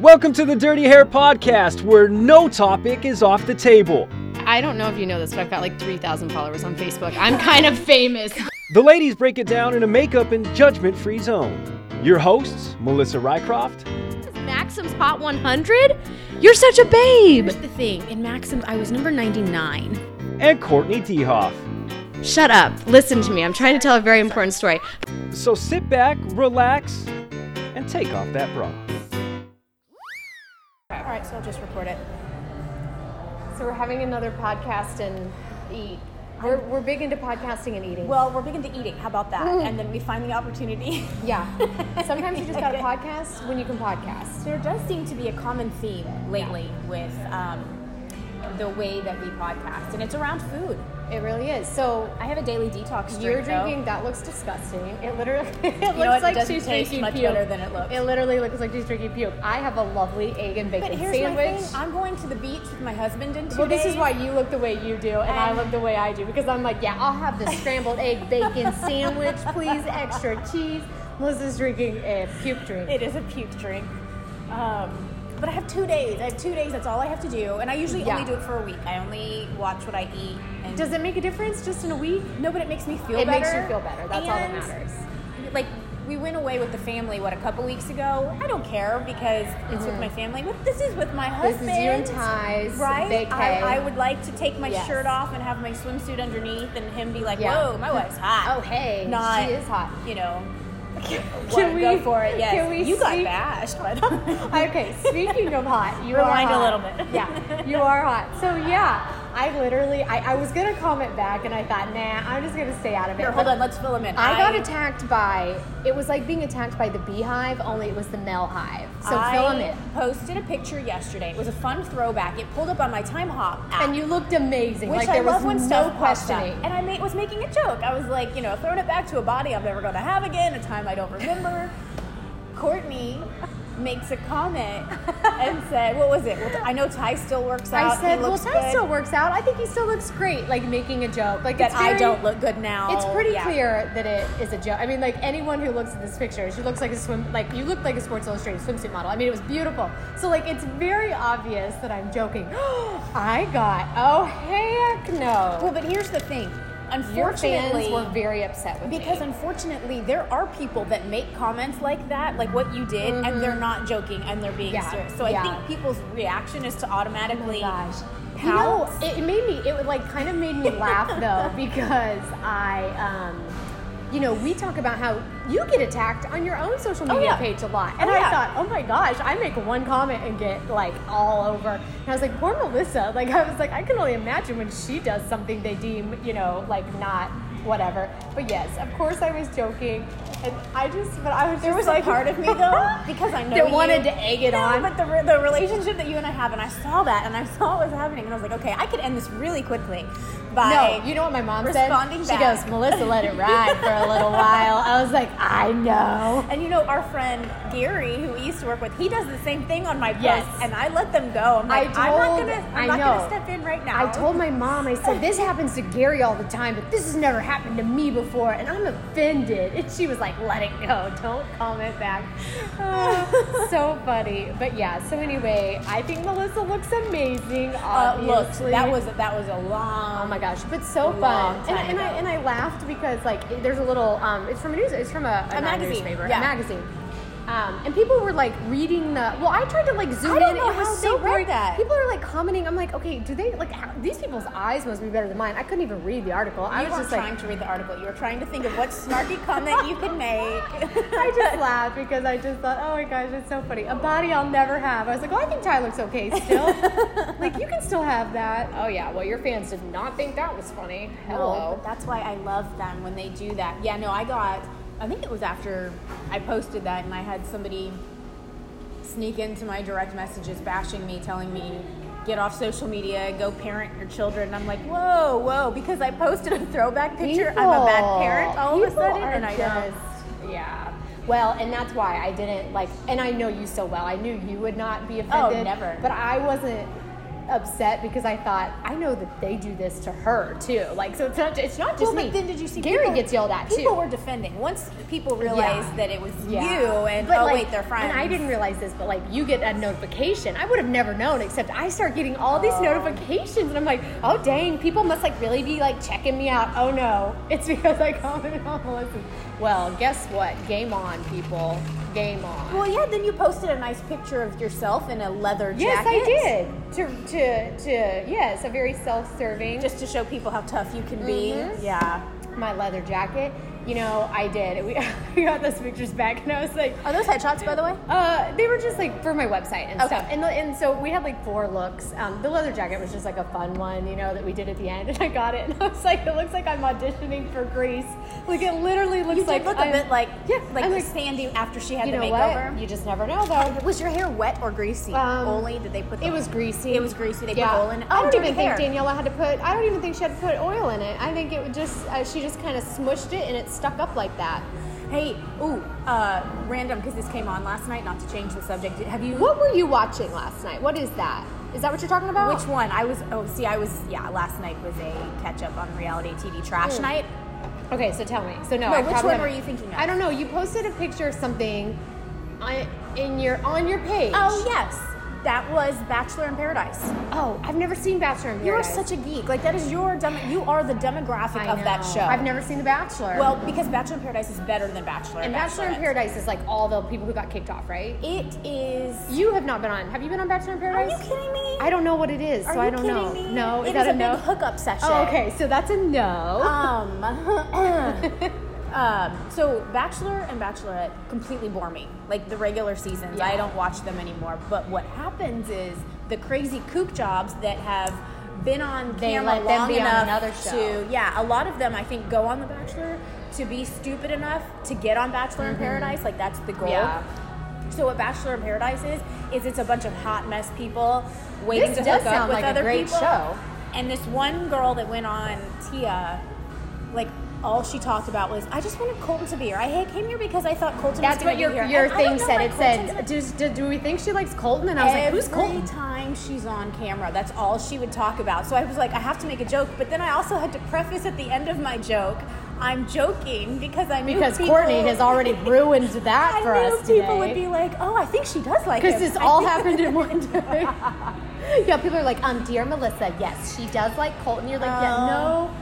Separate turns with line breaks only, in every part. Welcome to the Dirty Hair Podcast, where no topic is off the table.
I don't know if you know this, but I've got like 3,000 followers on Facebook. I'm kind of famous.
The ladies break it down in a makeup and judgment free zone. Your hosts, Melissa Rycroft,
Maxim's Hot 100? You're such a babe.
Here's the thing. In Maxim's, I was number 99.
and Courtney Dehoff.
Shut up. Listen to me. I'm trying to tell a very important story.
So sit back, relax, and take off that bra.
All right, so I'll just record it.
So we're having another podcast and eat. We're, we're big into podcasting and eating.
Well, we're big into eating. How about that? And then we find the opportunity.
Mm. yeah. Sometimes you just got to podcast when you can podcast.
There does seem to be a common theme lately with um, the way that we podcast, and it's around food.
It really is. So
I have a daily detox drink.
you're
though.
drinking. That looks disgusting. It literally it looks
what? It
like
doesn't
she's
taste
drinking
much
puke.
better than it looks.
It literally looks like she's drinking puke. I have a lovely egg and bacon
But here's
sandwich.
my thing. I'm going to the beach with my husband in two
Well, this is
days.
why you look the way you do, and I look the way I do, because I'm like, yeah, I'll have the scrambled egg bacon sandwich, please, extra cheese. Melissa's drinking a puke drink.
It is a puke drink. Um, but I have two days. I have two days. That's all I have to do, and I usually
Yeah.
only do it for a week. I only watch what I eat. And
Does it make a difference just in a week?
No, but it makes me feel
It
better.
makes you feel better. That's all that matters.
Like we went away with the family what a couple weeks ago. I don't care because it's with my family. But this is with my
Mm-hmm. This is
husband.
you and Ty's
right?
vacay.
I, I would like to take my
Yes.
shirt off and have my swimsuit underneath, and him be like,
Yeah.
"Whoa, my wife's hot."
Oh, hey,
Not-
she is hot.
You know. What,
Can
go
we-
for it? Yes.
can we
you got
speak-
bashed, but
Okay, speaking of hot, you
Rewind
are
a
hot.
little bit.
Yeah, you are hot. So yeah, I literally, I, I was gonna comment back, and I thought, nah, I'm just gonna stay out of it.
Here, hold on. Let's fill him in.
I got attacked by. It was like being attacked by the beehive, only it was the male hive. So
I
film it.
posted a picture yesterday. It was a fun throwback. It pulled up on my Time Hop app.
And you looked amazing.
Which
like
I
there was
love when
no
stuff pops up.
questioning.
And I ma- was making a joke. I was like, you know, throwing it back to a body I'm never going to have again, a time I don't remember. Courtney makes a comment and said, what was it? Well, I know Ty still works out.
I said,
uh, he
well,
looks
Ty
good,
still works out. I think he still looks great. Like making a joke. Like
That
it's very,
I don't look good now.
It's pretty
Yeah.
clear that it is a joke. I mean, like anyone who looks at this picture, she looks like a swim. Like you look like a Sports Illustrated swimsuit model. I mean, it was beautiful. So like, it's very obvious that I'm joking. I got oh heck
Well,
no.
but here's the thing.
Your
Unfortunately,
fans were very upset with me.
because unfortunately, there are people that make comments like that, like what you did, and they're not joking and they're being
Mm-hmm. Yeah.
serious. So
Yeah. Oh
I think people's reaction is to automatically
gosh. You know,
pounce.
it it made me. It would like kind of made me laugh though because I, um, you know, we talk about how you get attacked on your own social
Oh,
media
yeah.
page a lot,
Oh,
and I
yeah.
thought, oh my gosh, I make one comment and get like all over, and I was like, poor Melissa. Like I was like, I can only imagine when she does something they deem, you know, like not whatever. But yes, of course I was joking, and I just, but I was
There
just
was
like,
a part of me though, because I know
that
you-
wanted to egg it
No,
on.
But the, re- the relationship that you and I have, and I saw that, and I saw what was happening, and I was like, okay, I could end this really quickly by
No, you know what my mom
responding
said?
back.
She goes, Melissa let it ride for a little while. I was like, I know.
And you know our friend Gary, who we used to work with, he does the same thing on my posts,
Yes.
and I let them go. I'm
I
like, I'm not
told-
gonna,
I
I'm not
know.
gonna step in right now.
I told my mom, I said, this happens to Gary all the time, but this has never happened to me before, and I'm offended. And she was like, let it go. Don't comment back. Oh, so funny. But yeah, so anyway, I think Melissa looks amazing.
Uh, look,
Obviously.
that was that was a long.
Oh my gosh, but so
Long
fun.
time
and, and I
ago.
and I laughed because like it- there's a little um, it's from a news it's from a, a,
A
not
magazine,
newspaper,
yeah.
a magazine. Um, and people were like reading the. Well, I tried to like zoom
I don't
in.
know
it was
how they
so
read
boring.
that.
People are like commenting. I'm like, okay, do they like how, these people's eyes must be better than mine? I couldn't even read the article. I
You
was
weren't
just
trying
like,
to read the article. You were trying to think of what snarky comment you could make.
I just laughed because I just thought, oh my gosh, it's so funny. A body I'll never have. I was like, oh, I think Ty looks okay still. like you can still have that. Oh yeah. Well, your fans did not think that was funny.
No, but that's why I love them when they do that. Yeah, no, I got. I think it was after I posted that, and I had somebody sneak into my direct messages, bashing me, telling me get off social media, go parent your children. And I'm like, whoa, whoa, because I posted a throwback picture. I'm a bad parent all of a
People
sudden,
are
and I know.
just- Yeah. Well, and that's why I didn't like, and I know you so well. I knew you would not be
Oh,
offended.
never.
But I wasn't. upset because I thought I know that they do this to her too. Like, so it's not it's not just me.
well, but then did you see
Gary
people-
gets yelled at too?
People were defending once people realized that it was you and
But,
oh
like,
wait, they're friends.
And I didn't realize this, but like you get a notification. I would have never known, except I start getting all these notifications, and I'm like, oh dang, people must like really be like checking me out. Oh no, it's because I commented on Melissa. Well, guess what? Game on, people. Game on.
Well, yeah. Then you posted a nice picture of yourself in a leather
yes,
jacket.
I did. To to to yes, a very self-serving.
Just to show people how tough you can be.
Mhm.
Yeah.
my leather jacket. You know, I did. We, we got those pictures back, and I was like,
Are those headshots, by the way?
Uh, they were just like for my website and
Okay.
stuff. And, the- and so we had like four looks. Um, the leather jacket was just like a fun one, you know, that we did at the end. And I got it, and I was like, it looks like I'm auditioning for Greece. Like it literally looks
You did
like
look
I'm-
a bit like
yeah,
like
I'm
the Sandy after she had
you
the
know
makeover.
what? You just never know though.
was your hair wet or greasy?
Um,
Only did they put the
It was greasy.
It was greasy. They
yeah.
put oil in it.
I don't
your
even
hair.
think Daniela had to put. I don't even think she had to put oil in it. I think it would just. Uh, she just kind of smushed it, and it stuck up like that.
Hey, ooh, uh, random because this came on last night. Not to change the subject. Have you?
What were you watching last night? What is that? Is that what you're talking about?
Which one? I was. Oh, see, I was. Yeah, last night was a catch up on reality TV trash night.
Okay, so tell me. So no,
No,
I
which
probably
one were
haven't-
you thinking of?
I don't know. You posted a picture of something on, in your on your page.
Oh yes, that was Bachelor in Paradise.
Oh, I've never seen Bachelor in
You are
Paradise.
such a geek. Like that is your demo- you are the demographic
I
of that
know.
show.
I've never seen The Bachelor.
Well, because Bachelor in Paradise is better than Bachelor
and Bachelor in
Bachelorette.
Paradise is like all the people who got kicked off, right?
It is.
You have not been on. Have you been on Bachelor in
Are
Paradise?
you kidding me?
I don't know what it is,
Are
so
you
I don't
kidding
know.
me?
No,
It
is that
is
a
a
no?
big hookup session.
Oh, okay, so that's a no.
Um, um, so Bachelor and Bachelorette completely bore me. Like the regular seasons,
Yeah.
I don't watch them anymore. But what happens is the crazy kook jobs that have been on
They
camera
let them
long
be on
enough
another show.
to yeah, a lot of them I think go on The Bachelor to be stupid enough to get on Bachelor in Paradise. Like that's the goal.
Mm-hmm. Yeah.
So what Bachelor in Paradise is is it's a bunch of hot mess people waiting
This
to
does
hook up
sound
with
like a
other
great
people.
show.
And this one girl that went on Tia, like all she talked about was, I just wanted Colton to be here. I ha- came here because I thought Colton
that's
was going
what
to
your
be here.
your
And I
thing
don't know
said.
why
It
Colton's
said,
in-
"Does- do, do we think she likes Colton? And I was like, who's
Every
Colton?
time she's on camera, that's all she would talk about. So I was like, I have to make a joke, but then I also had to preface at the end of my joke, I'm joking because I knew
Because
people-
Courtney has already ruined that
I
for
knew
us
people
today.
would be like, "Oh, I think she does like him."
Because this
I
all
think-
happened in one day. yeah, people are like, um, dear Melissa, yes, she does like Colton. You're like, yeah, no.
Oh.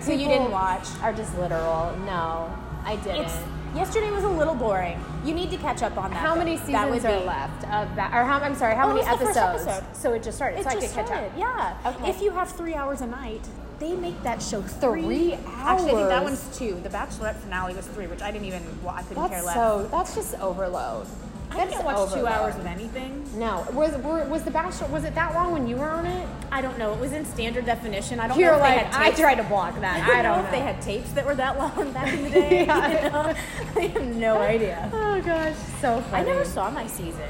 So you didn't
People
watch.
Are just literal. No, I didn't.
It's yesterday was a little boring. You need to catch up on that.
how
though.
many
That
seasons
would
are
be-
left of that? Or how? I'm sorry, how
Oh,
many
it's the first
episodes?
episode.
So it just started.
It
so I could
just
catch
started.
up.
Yeah.
Okay.
If you have three hours a night, they make that show
Three
three,
hours.
Actually, I think that one's two. The Bachelorette finale was three, which I didn't even. Well, I couldn't care
That's
less.
so. That's just overload. That's
I didn't watch two
overload.
hours of anything.
No, was were, was the Bachelor? Was it that long when you were on it?
I don't know. It was in standard definition. I don't
You're
know if
like,
they had
I
tapes.
tried to block that. I don't
if they
know.
had tapes that were that long back in the day.
Yeah.
you know? I have no idea.
Oh gosh, so funny.
I never saw my season.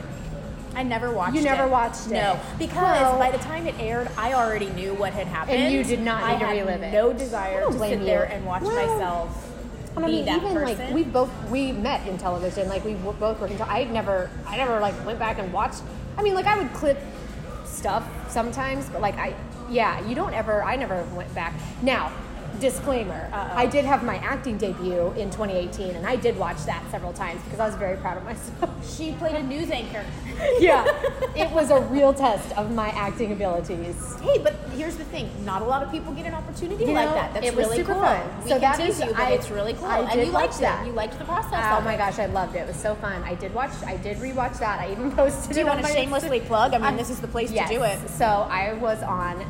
I never watched
Mm. You
it.
never watched it.
No, because
Well-
by the time it aired, I already knew what had happened.
you did not
I
need to
had
relive it.
No
I
desire
don't
to
blame
sit
you.
there and watch
Well,
myself
And I
be
mean,
that
even
person.
like we both we met in television. Like we w- both were. in tel- I had never, I never like went back and watched. I mean, like I would clip stuff sometimes, but like I, yeah, you don't ever. I never went back. Now, disclaimer: I did have my acting debut in 2018, and I did watch that several times because I was very proud of myself.
she played a news anchor.
yeah, it was a real test of my acting abilities.
Hey, but here's the thing: not a lot of people get an opportunity
You
like
know,
that. That's
it was
really
super
cool.
fun.
We
So
can
that
tease
is-
you, but
I-
it's really cool,
I
and
did
you
watch
liked
that.
it. You liked the process.
Oh
of
my
it.
gosh, I loved it. It was so fun. I did watch. I did rewatch that. I even posted.
Do you
it on
want
my
to shamelessly plug? I mean, this is the place
Yes.
to do it.
So I was on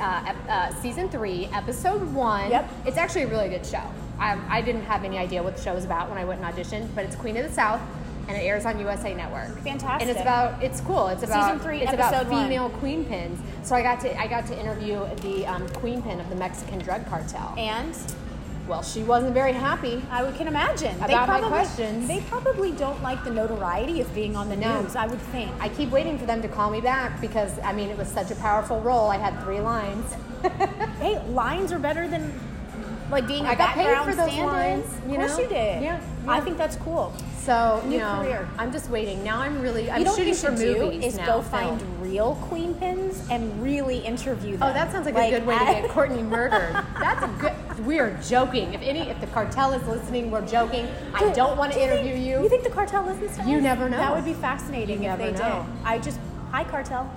uh, ep- uh, season three, episode one.
Yep.
It's actually a really good show. I, I didn't have any idea what the show was about when I went and auditioned, but it's Queen of the South, and it airs on USA Network.
Fantastic.
And it's about it's cool. It's about
Season three,
It's about
episode one.
female queen pins. So I got to I got to interview the um, queen pin of the Mexican drug cartel.
And
well, she wasn't very happy.
I would can imagine they
About my
probably,
questions.
They probably don't like the notoriety of being on the
No.
news. I would think.
I keep waiting for them to call me back because I mean it was such a powerful role. I had three lines.
Hey, lines are better than like being a
I got paid
background
for those
stand-in.
lines, you
of course
know?
you did.
Yeah,
I
yeah.
think that's cool.
So you
New
know,
career.
I'm just waiting. Now I'm really I'm
you know what
shooting
you
for
should do
movies
is
now,
go
so-
find real queen pins and really interview them.
Oh, that sounds like, a good way to get Courtney murdered. That's a good. We are joking. If any, if the cartel is listening, we're joking. I don't want to
Do you
interview
think-
you.
You think the cartel listens to
You
us?
never know.
That would be fascinating
You
if
never
they
know.
did. I just hi cartel.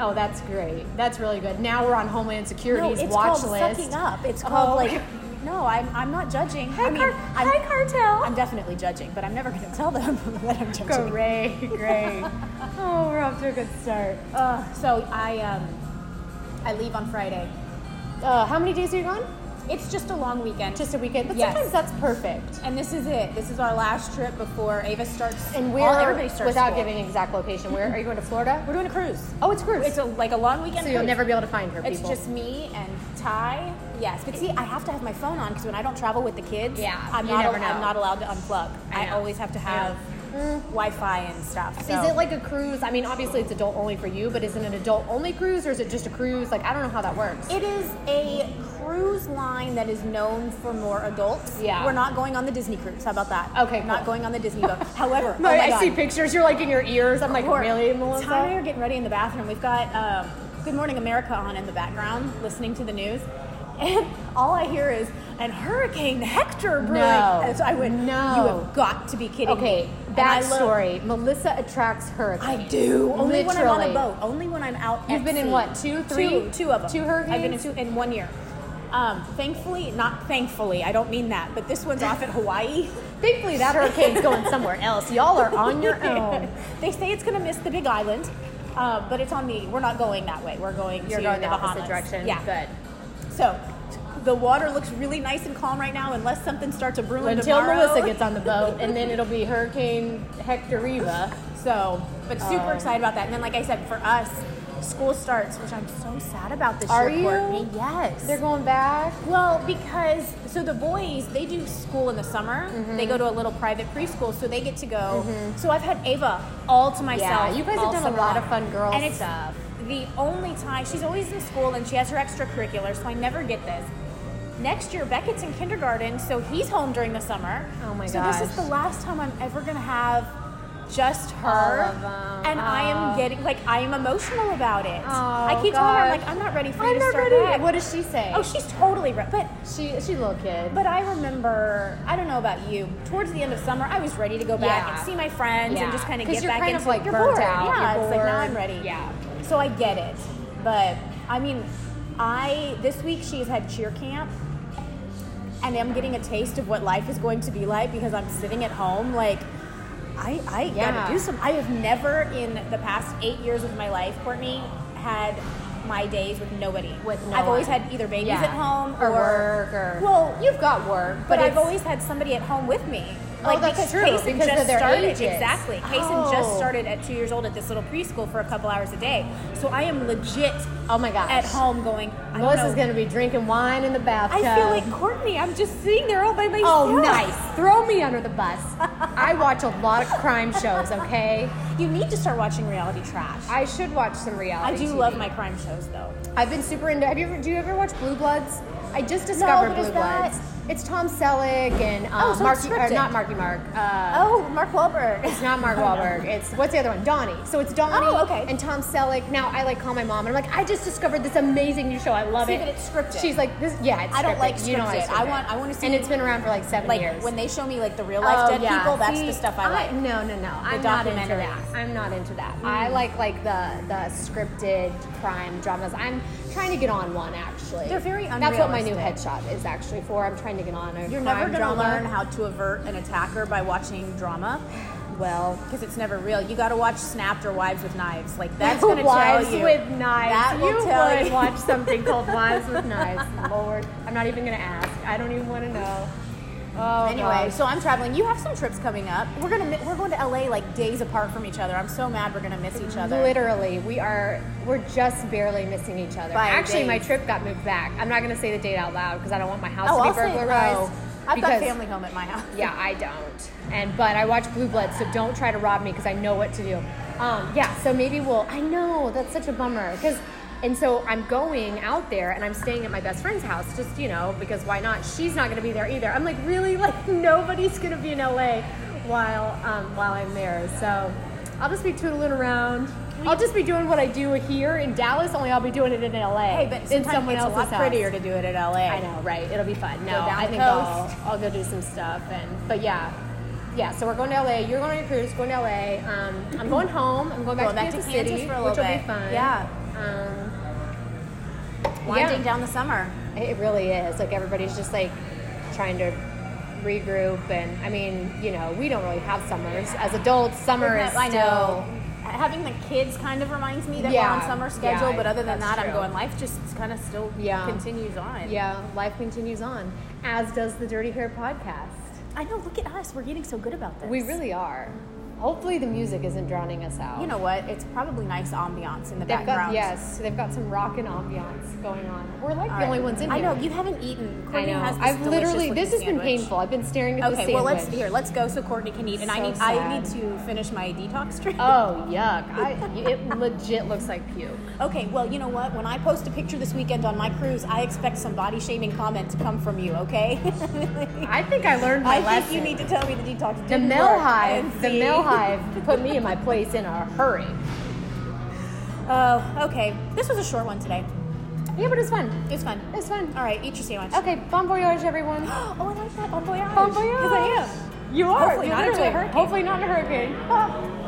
oh, that's great. That's really good. Now we're on Homeland
No,
Security's
it's
watch
called
list.
sucking up. It's called
Oh.
like. No, I'm, I'm not judging.
Hi,
I mean,
car-
I'm,
hi, cartel.
I'm definitely judging, but I'm never going to tell them that I'm judging.
Great, great. oh, we're off to a good start.
Uh, so I um, I leave on Friday.
Uh, how many days are you gone?
It's just a long weekend.
Just a weekend. But
Yes.
sometimes that's perfect.
and this is it. This is our last trip before Ava starts.
And where?
all- everybody starts
without
school.
giving an exact location. Where are you going to Florida?
We're doing a cruise.
Oh, it's cruise.
It's a, like a long weekend.
so you'll
cruise.
never be able to find her.
It's
people.
just me and Ty. Yes, but see, I have to have my phone on because when I don't travel with the kids,
Yeah,
I'm
you
not.
never
I'm
know.
not allowed to unplug.
I
I,
know.
always have to
I
have Mm.
know.
Wi-Fi and stuff. So.
Is it like a cruise? I mean, obviously it's adult only for you, but is it an adult only cruise or is it just a cruise? Like, I don't know how that works.
It is a cruise line that is known for more adults.
Yeah.
We're not going on the Disney cruise. How about that?
Okay,
Not
cool.
going on the Disney boat. However,
My-
oh my
I
God.
see pictures. You're like in your ears. I'm like,
Or-
really, Melissa?
Ty and I are getting ready in the bathroom. We've got um, Good Morning America on in the background, listening to the news, and all I hear is and Hurricane Hector brewing.
No.
And so I went,
No.
You have got to be kidding
Okay,
me. And I love-
backstory. Melissa attracts
I
hurricanes.
do. Only when I'm on a
Literally.
boat. Only when I'm out.
You've
at
been in
sea.
what, two, three?
Two, two of them.
Two
I've been in
hurricanes?
two in one year. Um, thankfully, not thankfully. I don't mean that. But this one's off at Hawaii.
Thankfully, that hurricane's going somewhere else. Y'all are on your own.
they say it's going to miss the Big Island, uh, but it's on the. We're not going that way. We're going.
You're
to
going the
the
opposite
Bahamas.
direction.
Yeah.
Good.
So, the water looks really nice and calm right now, unless something starts a brewing
Until
tomorrow.
Melissa gets on the boat, and then it'll be Hurricane Hectoriva.
So, but super
Oh.
excited about that. And then, like I said, for us, school starts, which I'm so sad about this
Are
year,
you?
Courtney. Yes.
They're going back.
Well, because so the boys they do school in the summer.
Mm-hmm.
They go to a little private preschool, so they get to go. So I've had Ava all to myself.
you guys have
all
done a
summer
lot
long.
of fun girl
and it's
stuff.
The only time she's always in school and she has her extracurricular, so I never get this. Next year, Beckett's in kindergarten, so he's home during the summer.
Oh my
so So this
gosh.
is the last time I'm ever gonna have just her,
All of them.
and I
Oh.
am getting like I am emotional about it.
Oh,
I keep telling her I'm
gosh.
like I'm not ready for you
I'm
to
not
start
ready.
back."
What does she say?
Oh, she's totally right. But
she she little kid.
but I remember, I don't know about you, towards the end of summer, I was ready to go back
Yeah.
and see my friends
Yeah.
and just kind of
'Cause
get
you're
back
kind of,
into
like,
you're
burnt
bored.
out,
Yeah,
you're
it's like now
bored.
I'm ready.
Yeah.
So I get it. But I mean, I this week she's had cheer camp. And I'm getting a taste of what life is going to be like because I'm sitting at home like I, I
Yeah.
gotta do some. I have never in the past eight years of my life, Courtney, had my days with nobody.
With no
I've always
one.
had either babies
Yeah.
at home
Or work or-
well,
You've got work, but,
but I've
it's-
always had somebody at home with me.
Oh,
Like
that's
because
true,
Kaysen
because
just
of their
started
ages.
exactly. Kaysen
Oh.
just started at two years old at this little preschool for a couple hours a day. So I am legit
oh my gosh,
at home going. I don't
Melissa's
know.
gonna be drinking wine in the
I
bathtub.
feel like Courtney. I'm just sitting there all by myself.
oh nice, throw me under the bus. I watch a lot of crime shows. Okay,
You need to start watching reality trash. I,
I should watch some reality.
do
TV.
love my crime shows though.
I've been super into. Have you ever? Do you ever watch Blue Bloods? I just discovered
what
Blue
is that?
Bloods. It's Tom Selleck and um,
Oh, so it's
Marky, or
scripted.
not Marky Mark. Uh,
Oh, Mark Wahlberg.
It's not Mark Wahlberg. It's what's the other one? Donnie. So it's Donnie
Oh, okay.
and Tom Selleck. Now I like call my mom and I'm like, I just discovered this amazing new show. I love
See,
it.
but it's scripted.
She's like, this. Yeah, it's
I don't
scripted.
like
You know
scripted.
scripted.
I want- I wanna see-
And it's been around for like seven
like
years.
when they show me like the real life
Oh,
dead
yeah.
people, that's
See,
the stuff I like.
no, no, no. I'm not into
documentaries. Mm.
that. I'm not into that. I like like the the scripted crime dramas. I'm trying to get on one actually.
They're very
That's what my new
unrealistic.
headshot is actually for. I'm trying to get on a
You're
crime
never gonna
drama.
learn how to avert an attacker by watching drama.
well,
because it's never real. You got to watch Snapped or Wives with Knives. Like that's going to
Wives
tell you.
with knives.
That
you Oh
will tell
would
you.
watch something called Wives with Knives. Lord, I'm not even gonna ask. I don't even want to know. Oh,
Anyway,
gosh.
so I'm traveling. You have some trips coming up. We're gonna mi- we're going to LA like days apart from each other. I'm so mad we're gonna miss each other.
literally, we are we're just barely missing each other.
By
Actually,
days.
my trip got moved back. I'm not gonna say the date out loud because I don't want my house
Oh,
to
I'll
be
say.
burglarized.
Oh, I've got
because-
family home at my house.
Yeah, I don't. And but I watch Blue Bloods, so don't try to rob me because I know what to do. Um, yeah, so maybe we'll. I know that's such a bummer because And so I'm going out there and I'm staying at my best friend's house, just, you know, because why not? She's not going to be there either. I'm like, really? Like, nobody's going to be in LA while, um, while I'm there. So I'll just be tootling around. I'll just be doing what I do here in Dallas, only I'll be doing it in LA.
Hey, but
in
sometimes it's a lot
house.
prettier to do it at LA.
I know, right? It'll be fun. No,
down
I
the
think
coast.
I'll, I'll go do some stuff. And but yeah, yeah. So we're going to LA. You're going on your cruise. Going to LA. Um, I'm going home. I'm going back
Going
to
back to
Kansas
Kansas
City,
for a
which
little
will be
bit.
fun.
Yeah.
Um,
Winding
Yeah.
down the summer.
it really is. Like everybody's just like trying to regroup, and I mean, you know, we don't really have summers as adults. Summer is
Isn't
still.
it- I know. Having the kids kind of reminds me that we're
Yeah.
on summer schedule,
Yeah,
but other than
that's
that, I'm
true.
going. Life just kind of still
Yeah.
continues on.
Yeah, life continues on, as does the Dirty Hair podcast.
I know. Look at us. We're getting so good about this.
We really are. Hopefully, the music isn't drowning us out.
You know what? It's probably nice ambiance in the
they've got
background.
yes, they've got some rock and ambiance going on. We're like
All
the
right.
only ones in
I
here.
know you haven't eaten.
I
Courtney
know.
Has this
I've literally.
delicious
This has
looking
been
sandwich.
painful. I've been staring at
Okay,
the sandwich.
well let's here. Let's go so Courtney can eat, and I
So
need I
sad.
need to finish my detox drink.
Oh yuck! I, it legit looks like puke.
Okay, well, you know what? When I post a picture this weekend on my cruise, I expect some body shaming comment to come from you, okay?
I think I learned my
I
lesson.
think you need to tell me the detox.
the
didn't
Mel
work.
Hive. The
See?
Mel Hive put me in my place in a hurry.
Oh, okay. This was a short one today.
Yeah, but it's fun.
It's fun.
It's fun.
All right, eat your sandwich.
Okay, bon voyage, everyone.
Oh, I like that. Bon voyage.
Bon
Because I
voyage.
am.
You are.
Hopefully
you
not into a
literally-
hurricane.
Hopefully not in a hurricane.